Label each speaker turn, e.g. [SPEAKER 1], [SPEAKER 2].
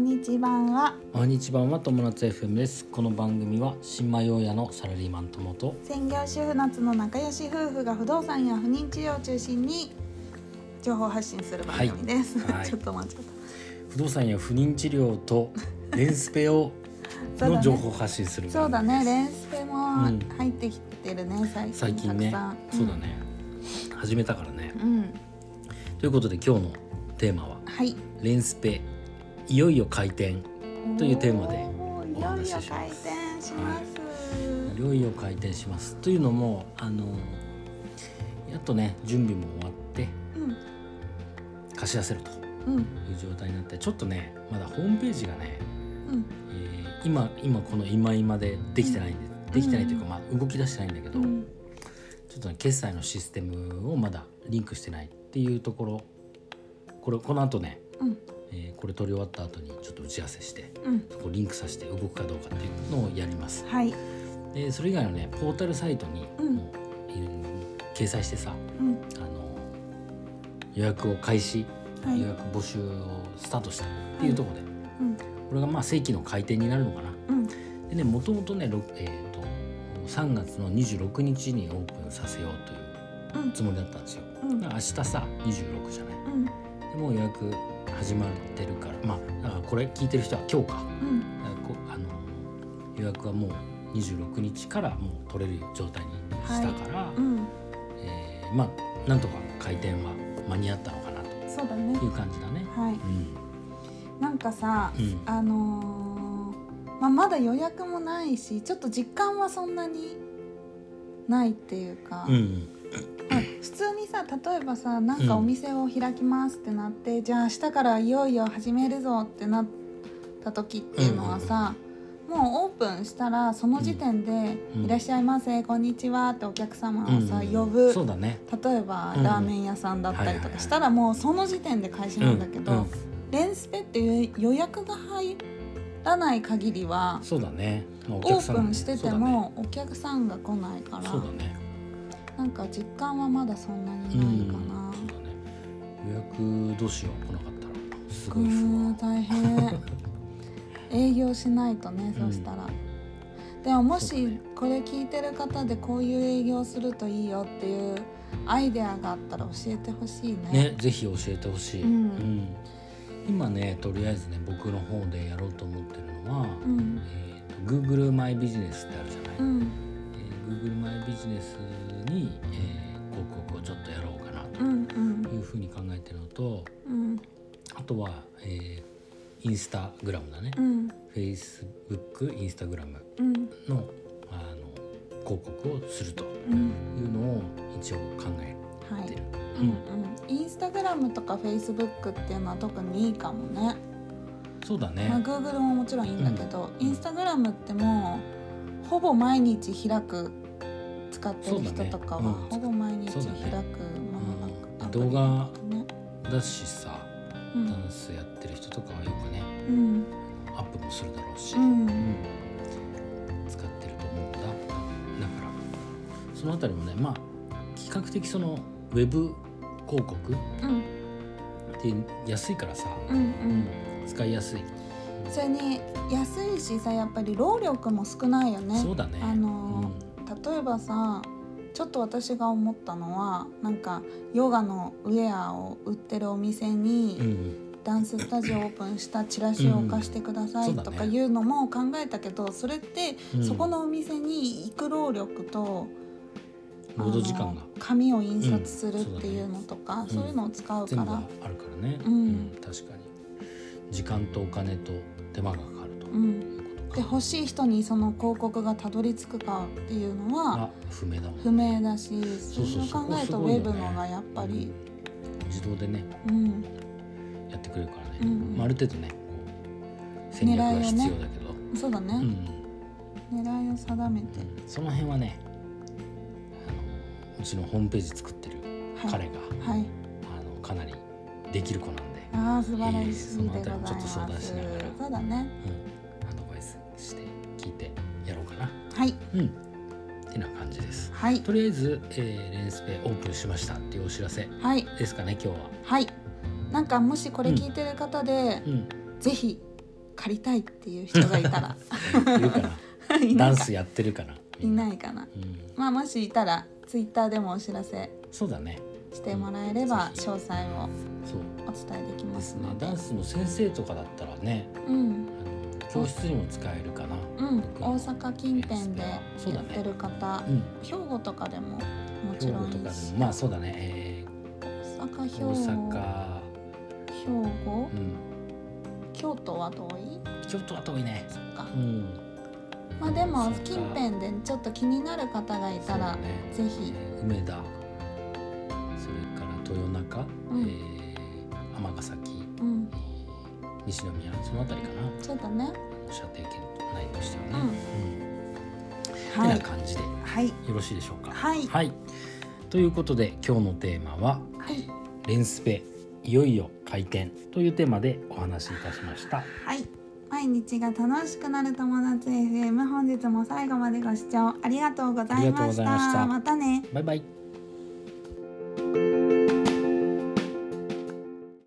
[SPEAKER 1] 日版は
[SPEAKER 2] 毎日版は友達 FM ですこの番組は新米大家のサラリーマン友と
[SPEAKER 1] 専業主婦夏の仲良し夫婦が不動産や不妊治療を中心に情報発信する番組です、
[SPEAKER 2] はいはい
[SPEAKER 1] ちょっと待っちゃっ
[SPEAKER 2] 不動産や不妊治療とレンスペを
[SPEAKER 1] そうだね
[SPEAKER 2] の情報発信する
[SPEAKER 1] たそうだ
[SPEAKER 2] 番組
[SPEAKER 1] ね
[SPEAKER 2] です
[SPEAKER 1] レンスペも
[SPEAKER 2] うん
[SPEAKER 1] 入ってきてるね、
[SPEAKER 2] 最
[SPEAKER 1] 最
[SPEAKER 2] 近
[SPEAKER 1] 近
[SPEAKER 2] ね
[SPEAKER 1] たくさん
[SPEAKER 2] そうだね始めたからね
[SPEAKER 1] うん、うん
[SPEAKER 2] ということで今日のテーマは
[SPEAKER 1] はい
[SPEAKER 2] レンスペいよいよ開店いというテーマで
[SPEAKER 1] おー
[SPEAKER 2] お話しします
[SPEAKER 1] いよいよ開店します、
[SPEAKER 2] よいよ開店しますというのもあのやっとね準備も終わって貸し出せると
[SPEAKER 1] うんうん
[SPEAKER 2] いう状態になってちょっとねまだホームページがね
[SPEAKER 1] うん
[SPEAKER 2] えー今今この今今でできてないんで、できてないというか、まあ、動き出してないんだけど、
[SPEAKER 1] うん
[SPEAKER 2] ちょっとね決済のシステムをまだリンクしてないっていうところこれこの後ね、
[SPEAKER 1] うん
[SPEAKER 2] えーこれ取り終わった後にちょっと打ち合わせして
[SPEAKER 1] うん
[SPEAKER 2] そこリンクさせて動くかどうかっていうのをやります
[SPEAKER 1] はい
[SPEAKER 2] でそれ以外のねポータルサイトに
[SPEAKER 1] うん
[SPEAKER 2] もう、えー掲載してさ
[SPEAKER 1] うん
[SPEAKER 2] あの予約を開始、
[SPEAKER 1] はい
[SPEAKER 2] 予約募集をスタートしたっていうところで、
[SPEAKER 1] うん
[SPEAKER 2] これがまあ正規の開店になるのかな
[SPEAKER 1] うん
[SPEAKER 2] でねもともとね、ろくえー、と3月の26日にオープンさせようという
[SPEAKER 1] うん
[SPEAKER 2] つもりだったんですよ。
[SPEAKER 1] うん
[SPEAKER 2] だから明日さ26じゃない
[SPEAKER 1] うん
[SPEAKER 2] でもう予約始まってるからまあだからこれ聞いてる人は今日か
[SPEAKER 1] うん
[SPEAKER 2] だからこあの予約はもう26日からもう取れる状態にしたから、
[SPEAKER 1] うん
[SPEAKER 2] えーまあなんとか開店は間に合ったのかなと
[SPEAKER 1] そうだね
[SPEAKER 2] いう感じだね。
[SPEAKER 1] はい
[SPEAKER 2] うん
[SPEAKER 1] なんかさ
[SPEAKER 2] うん
[SPEAKER 1] あのーまあ、まだ予約もないしちょっと実感はそんなにないっていうか、
[SPEAKER 2] うんうん
[SPEAKER 1] まあ普通にさ例えばさなんかお店を開きますってなって、じゃあ明日からいよいよ始めるぞってなった時っていうのはさ、もうオープンしたらその時点で「
[SPEAKER 2] うん
[SPEAKER 1] いらっしゃいませこんにちは」ってお客様
[SPEAKER 2] う
[SPEAKER 1] を
[SPEAKER 2] ん
[SPEAKER 1] さ、
[SPEAKER 2] うん
[SPEAKER 1] 呼ぶ
[SPEAKER 2] そうだね
[SPEAKER 1] 例えば
[SPEAKER 2] うん
[SPEAKER 1] ラーメン屋さんだったり
[SPEAKER 2] はいは
[SPEAKER 1] と
[SPEAKER 2] いは
[SPEAKER 1] か
[SPEAKER 2] い
[SPEAKER 1] したらもうその時点で開始なんだけど、
[SPEAKER 2] うんうん
[SPEAKER 1] レンスペっていう予約が入らない限りは
[SPEAKER 2] そうだね、まあ、お
[SPEAKER 1] オ
[SPEAKER 2] 客さ
[SPEAKER 1] ー
[SPEAKER 2] ん
[SPEAKER 1] プ
[SPEAKER 2] がね
[SPEAKER 1] ンしててもお客さんが来ないから、
[SPEAKER 2] そうだねそうだね
[SPEAKER 1] なんか実感はまだそんな
[SPEAKER 2] う
[SPEAKER 1] に
[SPEAKER 2] ん
[SPEAKER 1] ないかな。
[SPEAKER 2] そうだね予約どうしよう来なかったらす
[SPEAKER 1] う
[SPEAKER 2] ごい不
[SPEAKER 1] ん
[SPEAKER 2] 安
[SPEAKER 1] 大 変営業しないとねそうしたら。でもも
[SPEAKER 2] そうだ
[SPEAKER 1] し
[SPEAKER 2] ね
[SPEAKER 1] これ聞いてる方でこういう営業するといいよっていうアイデアがあったら教えてほしい
[SPEAKER 2] ねぜひ教えてほしい、
[SPEAKER 1] うん
[SPEAKER 2] うん今ねとりあえずね僕の方でやろうと思ってるのは、
[SPEAKER 1] うん
[SPEAKER 2] えーと Google マイビジネスってあるじゃない、
[SPEAKER 1] うん
[SPEAKER 2] えー Google マイビジネスに、えー広告をちょっとやろうかな
[SPEAKER 1] うんうん
[SPEAKER 2] というふうに考えてるのと
[SPEAKER 1] うん
[SPEAKER 2] あとは、えーインスタグラムだね、
[SPEAKER 1] うん
[SPEAKER 2] フェ Facebook インスタグラム
[SPEAKER 1] うん
[SPEAKER 2] のあの広告をすると
[SPEAKER 1] うん
[SPEAKER 2] いうのを一応考え
[SPEAKER 1] は
[SPEAKER 2] て
[SPEAKER 1] い
[SPEAKER 2] る、
[SPEAKER 1] うんうんインスタグラムとかフェイスブックっていうのは特にいいかもね
[SPEAKER 2] そうだね、
[SPEAKER 1] まあ Google ももちろんいいんだけど、
[SPEAKER 2] うん
[SPEAKER 1] インスタグラムってもうほぼ毎日開く使ってる人とかは、
[SPEAKER 2] そうだねうん
[SPEAKER 1] ほぼ毎日
[SPEAKER 2] そう
[SPEAKER 1] 開
[SPEAKER 2] だ
[SPEAKER 1] く
[SPEAKER 2] ね
[SPEAKER 1] ものだ
[SPEAKER 2] うん
[SPEAKER 1] アプ
[SPEAKER 2] 動
[SPEAKER 1] リ
[SPEAKER 2] 画
[SPEAKER 1] だとね
[SPEAKER 2] だしさ
[SPEAKER 1] う
[SPEAKER 2] ダン
[SPEAKER 1] ん
[SPEAKER 2] スやってる人とかはよくね
[SPEAKER 1] うん
[SPEAKER 2] アップもするだろうし、
[SPEAKER 1] う
[SPEAKER 2] うんん使ってると思うんだだからそのあたりもねまあ比較的そのウェブ広告っ
[SPEAKER 1] うん
[SPEAKER 2] て安いからさ、
[SPEAKER 1] うんうん
[SPEAKER 2] 使いやすい、
[SPEAKER 1] それに安いしさやっぱり労力も少ないよね
[SPEAKER 2] そうだね
[SPEAKER 1] あの例えばさちょっと私が思ったのはなんかヨガのウェアを売ってるお店に、
[SPEAKER 2] うん、うん
[SPEAKER 1] ダンススタジオオープンしたチラシを貸してくださ
[SPEAKER 2] う
[SPEAKER 1] い
[SPEAKER 2] ん
[SPEAKER 1] とかいうのも考えたけど、それって、
[SPEAKER 2] うん
[SPEAKER 1] そこのお店に行く労力と
[SPEAKER 2] 労働時間が
[SPEAKER 1] あの紙を印刷する
[SPEAKER 2] う
[SPEAKER 1] っ
[SPEAKER 2] ん
[SPEAKER 1] ていうのとか、
[SPEAKER 2] ん
[SPEAKER 1] そういうのを使うか
[SPEAKER 2] 全
[SPEAKER 1] ら、
[SPEAKER 2] 部あるからね、
[SPEAKER 1] うん
[SPEAKER 2] 確かに時間とお金と手間がかかると
[SPEAKER 1] う
[SPEAKER 2] い
[SPEAKER 1] ん、
[SPEAKER 2] うこと
[SPEAKER 1] で
[SPEAKER 2] か、
[SPEAKER 1] 欲しい人にその広告がたどり着くかっていうのは
[SPEAKER 2] あ不明だもん
[SPEAKER 1] 不明だしそ
[SPEAKER 2] そうそ
[SPEAKER 1] れを
[SPEAKER 2] う
[SPEAKER 1] 考える
[SPEAKER 2] そ
[SPEAKER 1] と
[SPEAKER 2] こ
[SPEAKER 1] ウ
[SPEAKER 2] すごい
[SPEAKER 1] ェ
[SPEAKER 2] よね
[SPEAKER 1] ブのがやっぱり、
[SPEAKER 2] 自動でね
[SPEAKER 1] うん、
[SPEAKER 2] やってくれるからね、
[SPEAKER 1] うん
[SPEAKER 2] まあ、ある程度ねこう戦略が必要だけど、
[SPEAKER 1] そうだ
[SPEAKER 2] うんう
[SPEAKER 1] ね、
[SPEAKER 2] ん
[SPEAKER 1] 狙いを定めて、
[SPEAKER 2] その辺はねあのうちのホームページ作ってる
[SPEAKER 1] はい、
[SPEAKER 2] 彼が、
[SPEAKER 1] はい、
[SPEAKER 2] あのかなりできる子なんで、
[SPEAKER 1] ああ素晴らしいでござい
[SPEAKER 2] えーその辺りも
[SPEAKER 1] ます、
[SPEAKER 2] ちょっと相談しながら
[SPEAKER 1] そうだね
[SPEAKER 2] うん、アドバイスして聞いてやろうかな
[SPEAKER 1] はい
[SPEAKER 2] うんてな感じです
[SPEAKER 1] はい
[SPEAKER 2] とりあえず、えーレンスペオープンしましたっていうお知らせ
[SPEAKER 1] はい
[SPEAKER 2] ですかね今日は
[SPEAKER 1] はいなんかもしこれ聞いてる方で、
[SPEAKER 2] うん
[SPEAKER 1] ぜひ借りたいっていう人がい たら
[SPEAKER 2] いるか
[SPEAKER 1] い
[SPEAKER 2] らダ
[SPEAKER 1] ない
[SPEAKER 2] ン
[SPEAKER 1] か
[SPEAKER 2] スやってるから、
[SPEAKER 1] いないいかな
[SPEAKER 2] うん、
[SPEAKER 1] まあもしいたらツイッターでもお知らせ
[SPEAKER 2] そうだね
[SPEAKER 1] してもらえれば
[SPEAKER 2] うんぜひ
[SPEAKER 1] 詳細を
[SPEAKER 2] そう
[SPEAKER 1] お伝えできま
[SPEAKER 2] ですすね
[SPEAKER 1] ので
[SPEAKER 2] ダンスの先生とかだったらね
[SPEAKER 1] うん
[SPEAKER 2] あの教室にも使えるかな
[SPEAKER 1] うん大阪近辺でや
[SPEAKER 2] そうだ
[SPEAKER 1] っ
[SPEAKER 2] ね
[SPEAKER 1] てる方、
[SPEAKER 2] うん
[SPEAKER 1] 兵庫とかでももち
[SPEAKER 2] 兵
[SPEAKER 1] ろ
[SPEAKER 2] 庫
[SPEAKER 1] んい
[SPEAKER 2] とか
[SPEAKER 1] いし
[SPEAKER 2] でもまあそうだね、
[SPEAKER 1] 大阪
[SPEAKER 2] え
[SPEAKER 1] 兵
[SPEAKER 2] ー、
[SPEAKER 1] 庫
[SPEAKER 2] 大
[SPEAKER 1] 兵庫
[SPEAKER 2] 阪、うん、
[SPEAKER 1] 京都は遠い
[SPEAKER 2] 京都は遠いね
[SPEAKER 1] そっか
[SPEAKER 2] うん
[SPEAKER 1] まあでも
[SPEAKER 2] 大阪
[SPEAKER 1] 近辺でちょっと気になる方がいたら、
[SPEAKER 2] そうだね
[SPEAKER 1] ぜひ
[SPEAKER 2] えー梅田それから豊中、
[SPEAKER 1] うん
[SPEAKER 2] えー尼崎、
[SPEAKER 1] うん
[SPEAKER 2] えー西宮その辺りかな
[SPEAKER 1] そうだね
[SPEAKER 2] 射程圏内としてはね、うん
[SPEAKER 1] は
[SPEAKER 2] てない感じでよ
[SPEAKER 1] はい
[SPEAKER 2] ろしいでしょうか
[SPEAKER 1] はい
[SPEAKER 2] ということで今日のテーマは
[SPEAKER 1] はい
[SPEAKER 2] 「レンスペいよいよ開店」というテーマでお話しいたしました
[SPEAKER 1] はい毎日が楽しくなる友達 FM 本日も最後までご視聴ありがとうござい
[SPEAKER 2] ありがと
[SPEAKER 1] ま
[SPEAKER 2] うご
[SPEAKER 1] し
[SPEAKER 2] ざ
[SPEAKER 1] た
[SPEAKER 2] いました
[SPEAKER 1] またね
[SPEAKER 2] バイバイ